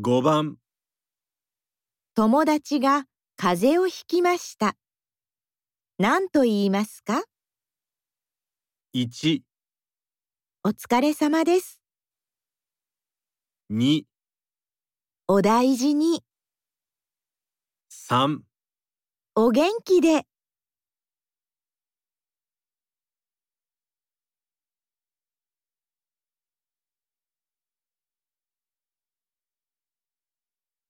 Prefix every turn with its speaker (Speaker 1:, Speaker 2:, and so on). Speaker 1: 5番
Speaker 2: 友達が風邪をひきました。何と言いますか
Speaker 1: 1、
Speaker 2: お疲れ様です。
Speaker 1: 2、
Speaker 2: お大事に。
Speaker 1: 3
Speaker 2: お元気で。